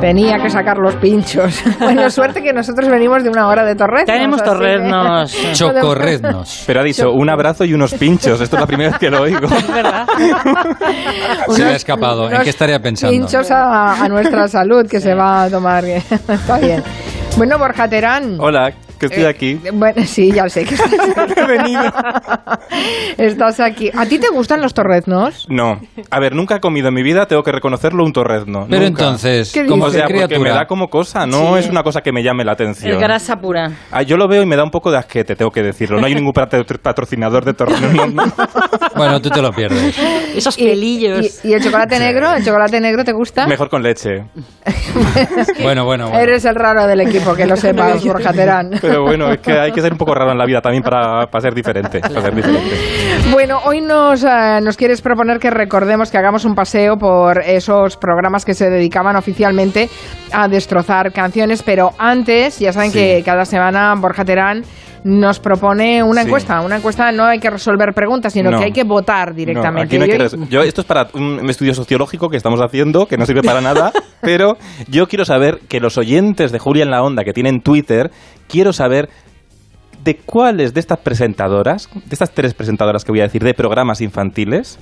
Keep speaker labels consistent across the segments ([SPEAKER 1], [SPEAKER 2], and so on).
[SPEAKER 1] Tenía que sacar los pinchos. Bueno, suerte que nosotros venimos de una hora de torreznos.
[SPEAKER 2] Tenemos
[SPEAKER 1] así que-
[SPEAKER 2] torreznos.
[SPEAKER 3] Chocorrednos.
[SPEAKER 4] Pero ha dicho un abrazo y unos pinchos. Esto es la primera vez que lo oigo.
[SPEAKER 2] Es verdad.
[SPEAKER 3] Se le ha
[SPEAKER 1] Unos-
[SPEAKER 3] escapado. ¿En
[SPEAKER 1] unos
[SPEAKER 3] qué estaría pensando?
[SPEAKER 1] Pinchos a, a nuestra salud que se va a tomar. bien. Está bien. Bueno, Borja Terán.
[SPEAKER 4] Hola, que estoy
[SPEAKER 1] Eh,
[SPEAKER 4] aquí.
[SPEAKER 1] Bueno, sí, ya sé que estás,
[SPEAKER 4] He venido.
[SPEAKER 1] estás aquí. ¿A ti te gustan los torreznos?
[SPEAKER 4] No. A ver, nunca he comido en mi vida, tengo que reconocerlo, un torrezno.
[SPEAKER 3] Pero
[SPEAKER 4] Nunca.
[SPEAKER 3] entonces,
[SPEAKER 1] ¿Qué
[SPEAKER 3] como
[SPEAKER 4] O
[SPEAKER 1] dices?
[SPEAKER 3] qué
[SPEAKER 4] sea, porque me
[SPEAKER 3] criatura.
[SPEAKER 4] da como cosa, no
[SPEAKER 2] Sí.
[SPEAKER 4] es una cosa que me llame la
[SPEAKER 2] Es
[SPEAKER 4] atención.
[SPEAKER 2] grasa pura.
[SPEAKER 4] Ah, yo lo veo y me da un poco de asquete, tengo que decirlo. No hay ningún patro- patrocinador de torreznos. no, no.
[SPEAKER 3] Bueno, tú te lo pierdes.
[SPEAKER 2] Esos
[SPEAKER 1] Y-
[SPEAKER 2] pelillos.
[SPEAKER 1] ¿Y, y el chocolate negro? ¿El chocolate negro te gusta?
[SPEAKER 4] Mejor con leche.
[SPEAKER 3] Bueno, bueno, bueno.
[SPEAKER 1] Eres el raro del equipo, que lo sepas, Borja Terán.
[SPEAKER 4] Pero bueno, es que hay que ser un poco raro en la vida también para, para ser diferente. Para ser diferente.
[SPEAKER 1] Bueno, hoy nos, eh, nos quieres proponer que recordemos que hagamos un paseo por esos programas que se dedicaban oficialmente a destrozar canciones, pero antes, ya saben
[SPEAKER 4] Sí.
[SPEAKER 1] que cada semana Borja Terán nos propone una
[SPEAKER 4] Sí.
[SPEAKER 1] encuesta. Una encuesta no hay que resolver preguntas, sino
[SPEAKER 4] No.
[SPEAKER 1] que hay que votar
[SPEAKER 4] No,
[SPEAKER 1] directamente.
[SPEAKER 4] aquí no hay
[SPEAKER 1] Y
[SPEAKER 4] que
[SPEAKER 1] hoy-
[SPEAKER 4] res- yo, esto es para un estudio sociológico que estamos haciendo, que no sirve para nada, pero yo quiero saber que los oyentes de Julia en la Onda que tienen Twitter, quiero saber de cuáles de estas presentadoras, de estas tres presentadoras que voy a decir de programas infantiles,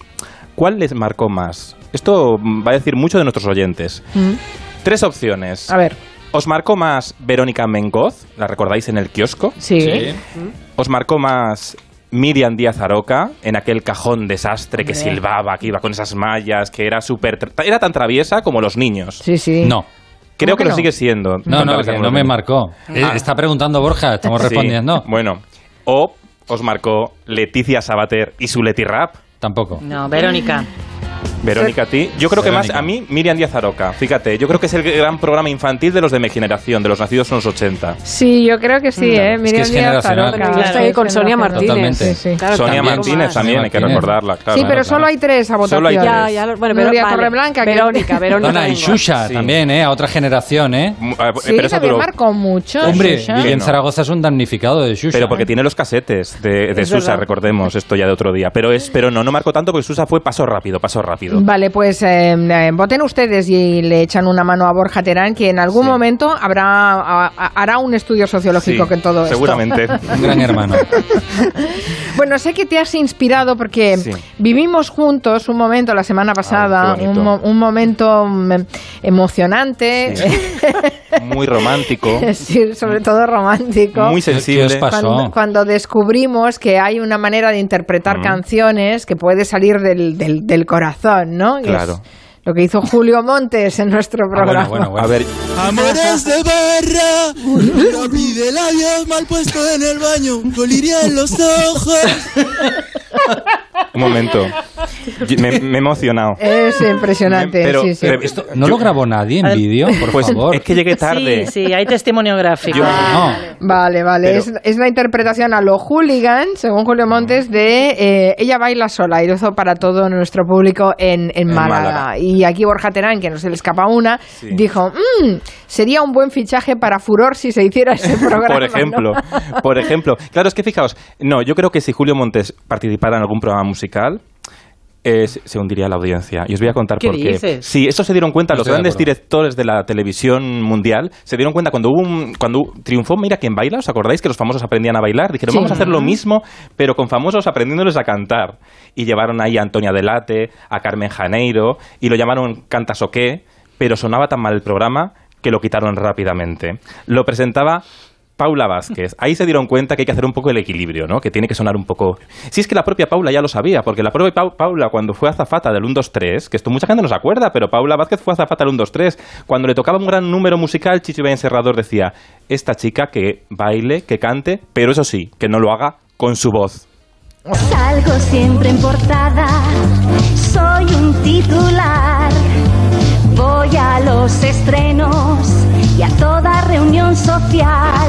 [SPEAKER 4] ¿cuál les marcó más? Esto mm, va a decir mucho de nuestros oyentes.
[SPEAKER 1] Mm.
[SPEAKER 4] Tres opciones.
[SPEAKER 1] A ver,
[SPEAKER 4] ¿Os marcó más Verónica Mengoz? ¿La recordáis en el kiosco?
[SPEAKER 1] sí. ¿eh?
[SPEAKER 3] Sí.
[SPEAKER 4] ¿Os marcó más Miriam Díaz Aroca en aquel cajón desastre que
[SPEAKER 2] Hombre.
[SPEAKER 4] silbaba, que iba con esas mallas, que era súper. tra- Era tan traviesa como los niños.
[SPEAKER 1] Sí, sí.
[SPEAKER 3] No.
[SPEAKER 4] Creo que,
[SPEAKER 1] que
[SPEAKER 4] lo
[SPEAKER 1] no?
[SPEAKER 4] sigue siendo.
[SPEAKER 3] No,
[SPEAKER 4] tan
[SPEAKER 3] no,
[SPEAKER 4] traviesa
[SPEAKER 3] que no
[SPEAKER 4] como los
[SPEAKER 3] me
[SPEAKER 4] niños.
[SPEAKER 3] marcó. Eh,
[SPEAKER 4] Ah.
[SPEAKER 3] Está preguntando Borja, estamos
[SPEAKER 4] Sí.
[SPEAKER 3] respondiendo.
[SPEAKER 4] Bueno, o os marcó Leticia Sabater y su Leti Rap.
[SPEAKER 3] Tampoco.
[SPEAKER 2] No, Verónica.
[SPEAKER 4] Verónica, a ti. Yo creo que más
[SPEAKER 3] Verónica.
[SPEAKER 4] a mí, Miriam Díaz Aroca. Fíjate, yo creo que es el gran programa infantil de los de mi generación, de los nacidos en los 80.
[SPEAKER 1] Sí, yo creo que sí, ¿eh?
[SPEAKER 3] que
[SPEAKER 1] Miriam Díaz
[SPEAKER 3] es generacional.
[SPEAKER 1] Aroca.
[SPEAKER 2] Bueno, yo estoy
[SPEAKER 1] Sí,
[SPEAKER 5] con Sonia
[SPEAKER 1] generacional.
[SPEAKER 5] Martínez.
[SPEAKER 3] Totalmente.
[SPEAKER 1] Sí, sí.
[SPEAKER 5] Claro,
[SPEAKER 4] Sonia
[SPEAKER 3] también.
[SPEAKER 4] Martínez
[SPEAKER 5] Sonia
[SPEAKER 4] también, hay que
[SPEAKER 3] Martínez.
[SPEAKER 4] recordarla, claro.
[SPEAKER 1] sí, pero
[SPEAKER 3] claro.
[SPEAKER 1] solo hay tres a votación.
[SPEAKER 4] Solo hay tres.
[SPEAKER 5] Ya, ya, lo- bueno, pero
[SPEAKER 1] Nuria
[SPEAKER 5] vale.
[SPEAKER 1] Torreblanca, que-
[SPEAKER 5] Verónica, Verónica.
[SPEAKER 3] Donna y
[SPEAKER 5] Mengoz.
[SPEAKER 3] Xuxa
[SPEAKER 4] Sí.
[SPEAKER 3] también, ¿eh? A otra generación, ¿eh?
[SPEAKER 4] Mm, ah,
[SPEAKER 1] Sí,
[SPEAKER 4] pero esa
[SPEAKER 1] también
[SPEAKER 4] duró-
[SPEAKER 1] marcó mucho.
[SPEAKER 3] Hombre,
[SPEAKER 1] Xuxa.
[SPEAKER 4] Guille-
[SPEAKER 3] Guillem
[SPEAKER 4] no.
[SPEAKER 3] Zaragoza es un damnificado de Xuxa. ¿eh?
[SPEAKER 4] Pero porque tiene los casetes de, de
[SPEAKER 5] Es
[SPEAKER 4] Susa,
[SPEAKER 5] verdad.
[SPEAKER 4] recordemos esto ya de otro día. Pero es, pero no, no marcó tanto porque Susa fue paso rápido, paso rápido.
[SPEAKER 1] Vale, pues eh, eh, voten ustedes y le echan una mano a Borja Terán, que en algún
[SPEAKER 4] Sí.
[SPEAKER 1] momento habrá a- a- hará un estudio sociológico
[SPEAKER 4] Sí,
[SPEAKER 1] que todo esto.
[SPEAKER 4] Seguramente.
[SPEAKER 3] Un gran hermano.
[SPEAKER 1] Bueno, sé que te has inspirado porque
[SPEAKER 4] Sí.
[SPEAKER 1] vivimos juntos un momento la semana pasada,
[SPEAKER 4] qué
[SPEAKER 1] un,
[SPEAKER 4] bonito.
[SPEAKER 1] mo- un momento mm, emocionante,
[SPEAKER 4] Sí. Muy romántico,
[SPEAKER 1] es decir, sobre todo romántico.
[SPEAKER 4] muy sensible.
[SPEAKER 3] ¿Qué os pasa?
[SPEAKER 1] cuando,
[SPEAKER 3] Pasó.
[SPEAKER 1] cuando descubrimos que hay una manera de interpretar
[SPEAKER 4] Mm.
[SPEAKER 1] canciones que puede salir del, del- del corazón, ¿no? Y es
[SPEAKER 4] Claro.
[SPEAKER 1] lo que hizo Julio Montes en nuestro
[SPEAKER 3] Ah,
[SPEAKER 1] programa.
[SPEAKER 3] bueno, bueno, bueno.
[SPEAKER 4] A ver,
[SPEAKER 6] Amores de barra, lápiz de labios mal puesto en el baño, coliría en los ojos.
[SPEAKER 4] un momento. Yo- Me, me he emocionado.
[SPEAKER 1] Es impresionante,
[SPEAKER 4] Me- pero- eh,
[SPEAKER 1] sí, sí.
[SPEAKER 4] pero-
[SPEAKER 3] Esto, ¿No
[SPEAKER 4] Yo-
[SPEAKER 3] lo grabó nadie en
[SPEAKER 2] Al-
[SPEAKER 3] vídeo? Por
[SPEAKER 4] Pues
[SPEAKER 3] favor.
[SPEAKER 4] es que llegué tarde.
[SPEAKER 2] Sí, sí, hay testimonio gráfico.
[SPEAKER 4] Yo-
[SPEAKER 3] No.
[SPEAKER 1] Vale, vale.
[SPEAKER 4] Pero- Mm.
[SPEAKER 1] es, es la interpretación a lo hooligan, según Julio Montes, de eh, Ella baila sola y lo hizo para todo nuestro público en, en Málaga.
[SPEAKER 4] Málaga.
[SPEAKER 1] Y aquí Borja Terán, que no se le escapa una,
[SPEAKER 4] Sí.
[SPEAKER 1] dijo, "Mm, sería un buen fichaje para Furor si se hiciera ese programa.
[SPEAKER 4] Por
[SPEAKER 1] ¿no?
[SPEAKER 4] ejemplo, por ejemplo. Claro, es que fijaos, no, yo creo que si Julio Montes participara en algún programa musical, eh, se se hundiría la audiencia. Y os voy a contar
[SPEAKER 2] ¿Qué
[SPEAKER 4] por qué.
[SPEAKER 2] dices?
[SPEAKER 4] Sí, eso se dieron cuenta
[SPEAKER 3] No
[SPEAKER 4] los
[SPEAKER 3] estoy de
[SPEAKER 4] grandes
[SPEAKER 3] acuerdo.
[SPEAKER 4] directores de la televisión mundial. Se dieron cuenta cuando hubo un- cuando triunfó Mira quién baila, ¿os acordáis que los famosos aprendían a bailar? Dijeron,
[SPEAKER 1] Sí.
[SPEAKER 4] vamos a hacer lo mismo, pero con famosos aprendiéndoles a cantar. Y llevaron ahí a Antonia Delate, a Carmen Janeiro, y lo llamaron Cantas o qué, pero sonaba tan mal el programa que lo quitaron rápidamente. Lo presentaba Paula Vázquez. Ahí se dieron cuenta que hay que hacer un poco el equilibrio, ¿no? Que tiene que sonar un poco. Si es que la propia Paula ya lo sabía, porque la propia Pau- Paula, cuando fue azafata del 1-2-3, que esto mucha gente no se acuerda, pero Paula Vázquez fue azafata del 1-2-3. Cuando le tocaba un gran número musical, Chicho Ibañez Serrador decía: Esta chica que baile, que cante, pero eso sí, que no lo haga con su voz.
[SPEAKER 7] Salgo siempre en portada, soy un titular. Voy a los estrenos y a toda reunión social.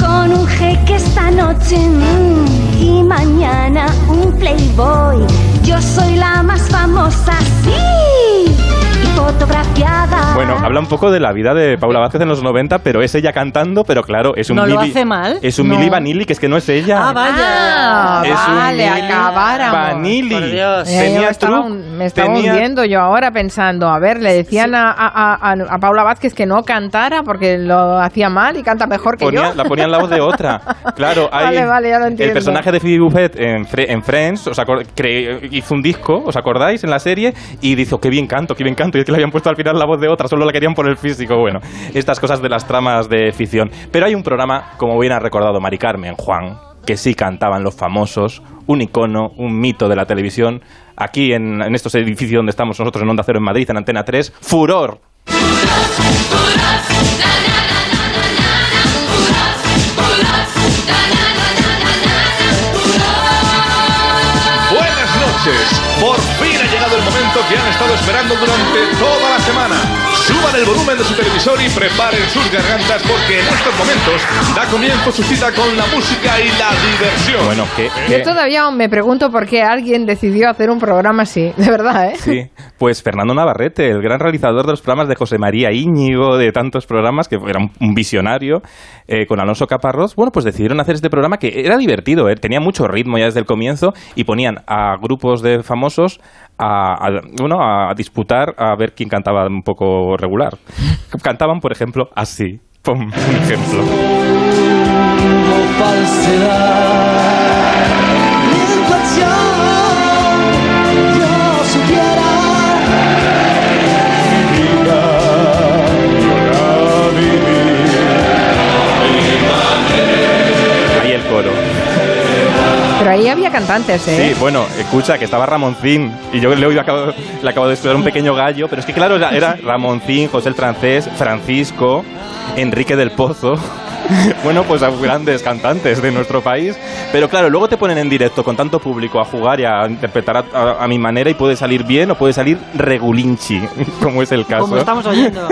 [SPEAKER 7] Con un jeque esta noche mm, y mañana un playboy. Yo soy la más famosa, sí, y fotografiada.
[SPEAKER 4] Bueno, habla un poco de la vida de Paula Vázquez en los 90, pero es ella cantando, pero claro, es un
[SPEAKER 2] ¿No lo hace mal?
[SPEAKER 4] Es un
[SPEAKER 1] No.
[SPEAKER 4] Mili Vanilli, que es que no es ella.
[SPEAKER 2] Ah, vaya.
[SPEAKER 1] Ah,
[SPEAKER 4] Es un
[SPEAKER 1] vale,
[SPEAKER 4] Mili
[SPEAKER 1] acabáramos.
[SPEAKER 4] Vanilli.
[SPEAKER 2] Por Dios.
[SPEAKER 1] Eh, yo
[SPEAKER 4] Tenía
[SPEAKER 1] estaba
[SPEAKER 4] truc,
[SPEAKER 1] un- me estaba
[SPEAKER 4] Tenía-
[SPEAKER 1] hundiendo yo ahora pensando. A ver, le decían a, a- a- a Paula Vázquez que no cantara porque lo hacía mal y canta mejor que
[SPEAKER 4] Ponía-
[SPEAKER 1] yo.
[SPEAKER 4] la ponían al lado de otra. Claro, hay
[SPEAKER 1] Vale, vale, ya lo entiendo.
[SPEAKER 4] el personaje de Phoebe Buffett en, Fre- en Friends os acor- cre- hizo un disco, ¿os acordáis? En la serie y dijo, qué bien canto, qué bien canto. Y es que le habían puesto al final la voz de otra, solo la querían por el físico. Bueno, estas cosas de las tramas de ficción. Pero hay un programa, como bien ha recordado Mari Carmen, Juan, que sí cantaban los famosos, un icono, un mito de la televisión. Aquí en, en estos edificios donde estamos nosotros en Onda Cero en Madrid, en Antena 3, Furor.
[SPEAKER 5] Buenas noches. Por fin ha llegado el momento que han estado esperando durante toda la semana. Suban el volumen de su televisor y preparen sus gargantas porque en estos momentos da comienzo su cita con la música y la diversión.
[SPEAKER 4] Bueno, que...
[SPEAKER 1] Yo
[SPEAKER 4] que-
[SPEAKER 1] todavía aún me pregunto por qué alguien decidió hacer un programa así, de verdad, ¿eh?
[SPEAKER 4] Sí, pues Fernando Navarrete, el gran realizador de los programas de José María Íñigo, de tantos programas, que era un- un visionario, eh, con Alonso Caparrós, bueno, pues decidieron hacer este programa que era divertido, eh, tenía mucho ritmo ya desde el comienzo y ponían a grupos de famosos a, a- bueno, a disputar a ver quién cantaba un poco regular. Cantaban, por ejemplo, así. Pum, un ejemplo. Ahí el coro.
[SPEAKER 1] Pero ahí había cantantes, ¿eh?
[SPEAKER 4] Sí, bueno, escucha, que estaba Ramoncín y yo le, oigo, acabo, le acabo de escuchar un pequeño gallo, pero es que claro, era, era Ramoncín, José el Francés, Francisco, Enrique del Pozo. Bueno, pues a grandes cantantes de nuestro país. Pero claro, luego te ponen en directo con tanto público a jugar y a interpretar a, a- a mi manera y puede salir bien o puede salir regulinchi, como es el caso.
[SPEAKER 8] Como estamos oyendo.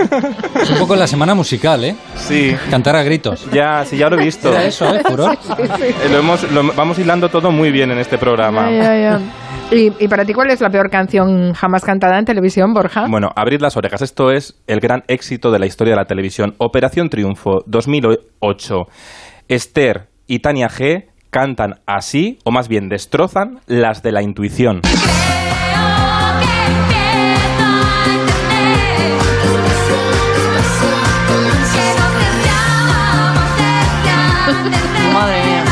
[SPEAKER 3] Es un poco la semana musical, ¿eh?
[SPEAKER 4] Sí,
[SPEAKER 3] Cantar a gritos.
[SPEAKER 4] ya, sí, ya lo he visto.
[SPEAKER 3] Era eso, ¿eh? Furor.
[SPEAKER 4] Eh, lo hemos- lo- vamos hilando todo muy bien en este programa.
[SPEAKER 1] Ya, ya, ya. ¿Y, y para ti cuál es la peor canción jamás cantada en televisión, Borja?
[SPEAKER 4] Bueno, abrid las orejas. Esto es el gran éxito de la historia de la televisión. Operación Triunfo 2008. Esther y Tania G cantan así, o más bien destrozan, las de la intuición.
[SPEAKER 8] Madre mía.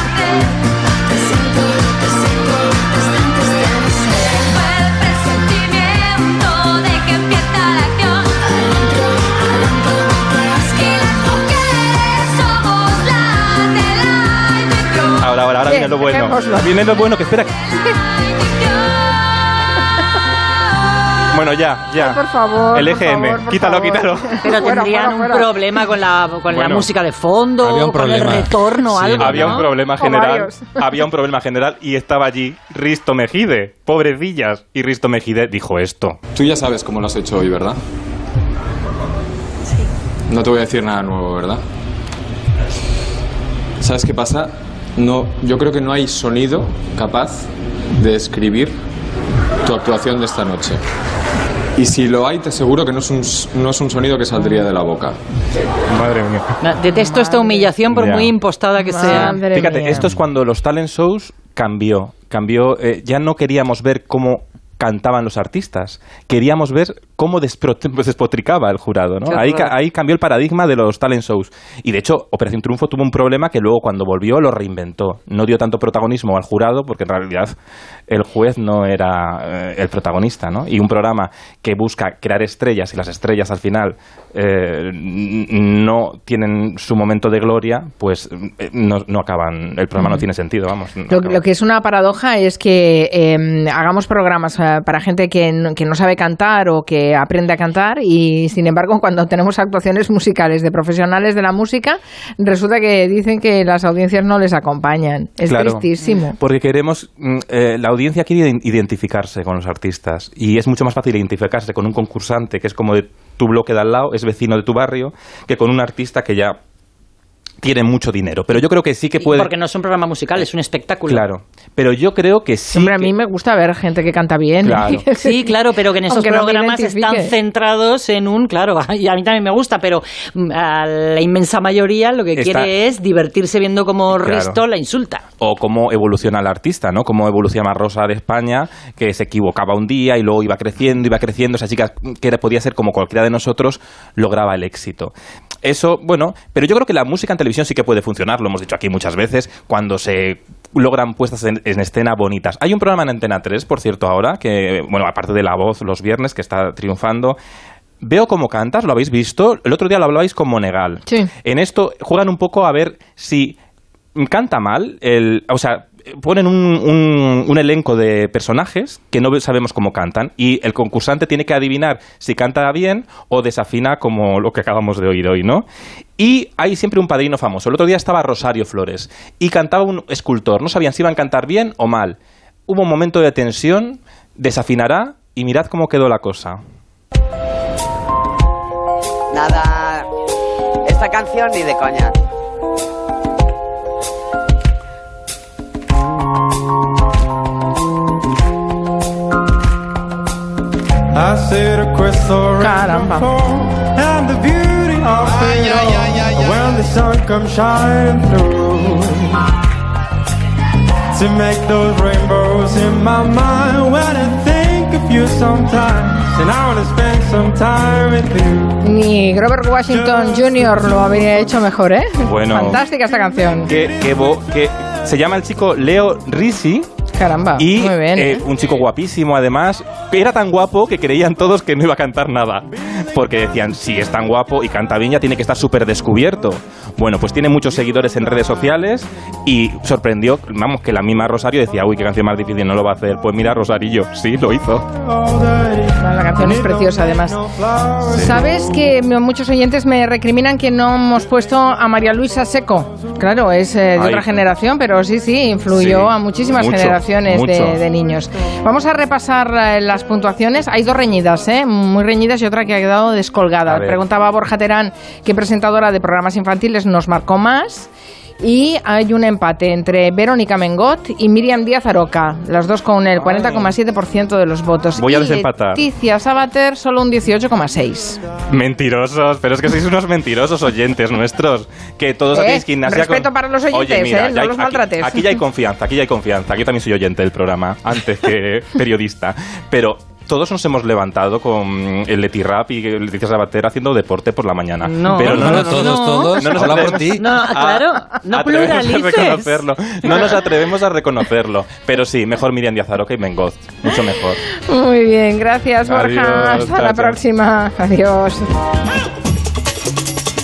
[SPEAKER 4] Ahora, ahora, ahora
[SPEAKER 1] Bien,
[SPEAKER 4] viene lo bueno.
[SPEAKER 1] dejémoslo.
[SPEAKER 4] Viene lo bueno, que espera. Bueno, ya, ya.
[SPEAKER 1] Por favor.
[SPEAKER 4] El
[SPEAKER 1] por
[SPEAKER 4] EGM.
[SPEAKER 1] favor, por
[SPEAKER 4] quítalo,
[SPEAKER 1] favor.
[SPEAKER 4] quítalo.
[SPEAKER 8] Pero
[SPEAKER 1] Fuera,
[SPEAKER 8] tendrían
[SPEAKER 1] fuera,
[SPEAKER 8] un
[SPEAKER 1] fuera.
[SPEAKER 8] problema con la, con la
[SPEAKER 4] Bueno,
[SPEAKER 8] música de fondo,
[SPEAKER 3] había un
[SPEAKER 8] con el
[SPEAKER 3] problema.
[SPEAKER 8] retorno,
[SPEAKER 3] Sí,
[SPEAKER 8] algo.
[SPEAKER 4] Había
[SPEAKER 8] ¿no?
[SPEAKER 4] un problema
[SPEAKER 1] O
[SPEAKER 4] general.
[SPEAKER 1] varios.
[SPEAKER 4] Había un problema general y estaba allí Risto Mejide. Pobrecillas. Y Risto Mejide dijo esto.
[SPEAKER 9] Tú ya sabes cómo lo has hecho hoy, ¿verdad? Sí. No te voy a decir nada nuevo, ¿verdad? ¿Sabes qué pasa? No, yo creo que no hay sonido capaz de describir tu actuación de esta noche. Y si lo hay, te aseguro que no es un, s- no es un sonido que saldría de la boca.
[SPEAKER 4] Madre mía.
[SPEAKER 2] Na- Detesto esta humillación por
[SPEAKER 4] Ya.
[SPEAKER 2] muy impostada que sea.
[SPEAKER 1] Madre
[SPEAKER 4] Fíjate,
[SPEAKER 1] mía.
[SPEAKER 4] esto es cuando los talent shows cambió. Cambió. eh, ya no queríamos ver cómo cantaban los artistas. Queríamos ver cómo despro- pues despotricaba el jurado, ¿no?
[SPEAKER 8] Qué
[SPEAKER 4] Ahí,
[SPEAKER 8] horror.
[SPEAKER 4] ca- ahí cambió el paradigma de los talent shows. Y de hecho, Operación Triunfo tuvo un problema que luego cuando volvió lo reinventó. No dio tanto protagonismo al jurado porque en realidad el juez no era eh, el protagonista, ¿no? Y un programa que busca crear estrellas y las estrellas al final eh, n- no tienen su momento de gloria, pues eh, no, no acaban, el programa no tiene sentido, vamos. no
[SPEAKER 1] Mm. Lo,
[SPEAKER 4] acaba.
[SPEAKER 1] lo que es una paradoja es que eh, hagamos programas eh, para gente que, no- que no sabe cantar o que aprende a cantar y sin embargo cuando tenemos actuaciones musicales de profesionales de la música resulta que dicen que las audiencias no les acompañan. Es
[SPEAKER 4] Claro.
[SPEAKER 1] tristísimo.
[SPEAKER 4] Porque queremos, mm, eh, la audiencia quiere iden- identificarse con los artistas y es mucho más fácil identificarse con un concursante que es como de tu bloque de al lado, es vecino de tu barrio, que con un artista que ya tienen mucho dinero. Pero yo creo que sí que
[SPEAKER 2] Y
[SPEAKER 4] puede.
[SPEAKER 2] Porque no es un programa musical, es un espectáculo.
[SPEAKER 4] Claro. Pero yo creo que sí.
[SPEAKER 1] Hombre, a
[SPEAKER 4] que-
[SPEAKER 1] mí me gusta ver gente que canta bien.
[SPEAKER 4] Claro.
[SPEAKER 2] Sí, claro, pero que en esos
[SPEAKER 1] Aunque no me
[SPEAKER 2] programas están
[SPEAKER 1] identifique.
[SPEAKER 2] centrados en un, claro, y a mí también me gusta, pero mm, a la inmensa mayoría lo que
[SPEAKER 4] Está-
[SPEAKER 2] quiere es divertirse viendo cómo
[SPEAKER 4] Claro.
[SPEAKER 2] Risto la insulta.
[SPEAKER 4] o cómo evoluciona el artista, ¿no? Cómo evoluciona Rosa de España, que se equivocaba un día y luego iba creciendo, iba creciendo. Esa chica que era- podía ser como cualquiera de nosotros lograba el éxito. Eso, bueno, pero yo creo que la música en televisión sí que puede funcionar, lo hemos dicho aquí muchas veces, cuando se logran puestas en, en escena bonitas. Hay un programa en Antena 3, por cierto, ahora, que, bueno, aparte de La Voz los viernes, que está triunfando. Veo cómo cantas, lo habéis visto. El otro día lo hablabais con Monegal.
[SPEAKER 1] Sí.
[SPEAKER 4] En esto juegan un poco a ver si canta mal, el, o sea, ponen un, un- un elenco de personajes que no sabemos cómo cantan y el concursante tiene que adivinar si canta bien o desafina como lo que acabamos de oír hoy, ¿no? Y hay siempre un padrino famoso. El otro día estaba Rosario Flores y cantaba un escultor. No sabían si iban a cantar bien o mal. Hubo un momento de tensión, desafinará y mirad cómo quedó la cosa.
[SPEAKER 10] Nada. Ah, Esta canción ni de coña.
[SPEAKER 1] Caramba.
[SPEAKER 6] Ay, ay, ay, ay, ay.
[SPEAKER 1] Ni Grover Washington Jr. lo habría hecho mejor, ¿eh?
[SPEAKER 4] Bueno.
[SPEAKER 1] Fantástica esta canción.
[SPEAKER 4] Que, que bo- que- se llama el chico Leo Risi
[SPEAKER 1] Caramba.
[SPEAKER 4] Y
[SPEAKER 1] muy bien.
[SPEAKER 4] eh,
[SPEAKER 1] ¿eh?
[SPEAKER 4] un chico guapísimo, además, que era tan guapo que creían todos que no iba a cantar nada. Porque decían, si es tan guapo y canta bien, ya tiene que estar súper descubierto. Bueno, pues tiene muchos seguidores en redes sociales y sorprendió, vamos, que la misma Rosario decía, uy, qué canción más difícil, no lo va a hacer. Pues mira, Rosarillo, sí, lo hizo.
[SPEAKER 1] La canción es preciosa, además. Sabes que m- muchos oyentes me recriminan que no hemos puesto a María Luisa Seco. Claro, es eh, de
[SPEAKER 4] Ay.
[SPEAKER 1] otra generación, pero sí, sí, influyó
[SPEAKER 4] Sí,
[SPEAKER 1] a muchísimas
[SPEAKER 4] mucho,
[SPEAKER 1] generaciones de-
[SPEAKER 4] mucho.
[SPEAKER 1] De, niños. Vamos a repasar eh, las puntuaciones. Hay dos reñidas, ¿eh? muy reñidas y otra que ha quedado descolgada.
[SPEAKER 4] A ver.
[SPEAKER 1] Preguntaba a Borja Terán qué presentadora de programas infantiles nos marcó más. Y hay un empate entre Verónica Mengot y Miriam Díaz Aroca, las dos con el 40,7% de los votos.
[SPEAKER 4] Voy a
[SPEAKER 1] Y
[SPEAKER 4] desempatar.
[SPEAKER 1] Leticia Sabater solo un 18,6.
[SPEAKER 4] Mentirosos, pero es que sois unos mentirosos oyentes nuestros. Que todos
[SPEAKER 1] Eh,
[SPEAKER 4] hacéis gimnasia.
[SPEAKER 1] respeto para los oyentes,
[SPEAKER 4] Oye, mira,
[SPEAKER 1] eh,
[SPEAKER 4] ya
[SPEAKER 1] no
[SPEAKER 4] hay-
[SPEAKER 1] los
[SPEAKER 4] aquí-
[SPEAKER 1] maltrates.
[SPEAKER 4] Aquí, ya hay confianza, aquí ya hay confianza. Aquí también soy oyente del programa, antes que periodista. Pero. Todos nos hemos levantado con el Leti Rap y el Leticia Sabater haciendo deporte por la mañana.
[SPEAKER 2] No.
[SPEAKER 4] pero
[SPEAKER 3] no,
[SPEAKER 4] no,
[SPEAKER 3] no,
[SPEAKER 4] nos-
[SPEAKER 3] todos, todos.
[SPEAKER 4] no nos
[SPEAKER 3] Habla por
[SPEAKER 4] atrevemos-
[SPEAKER 3] ti.
[SPEAKER 2] No, claro, no
[SPEAKER 4] atrevemos a
[SPEAKER 2] pluralices.
[SPEAKER 4] reconocerlo. No nos atrevemos a reconocerlo. Pero sí, mejor Miriam Díaz Aroca y Mengoz. Mucho mejor.
[SPEAKER 1] Muy bien, gracias Borja.
[SPEAKER 4] Adiós,
[SPEAKER 1] Hasta
[SPEAKER 4] chao,
[SPEAKER 1] la
[SPEAKER 4] chao.
[SPEAKER 1] próxima. Adiós.
[SPEAKER 7] Hey!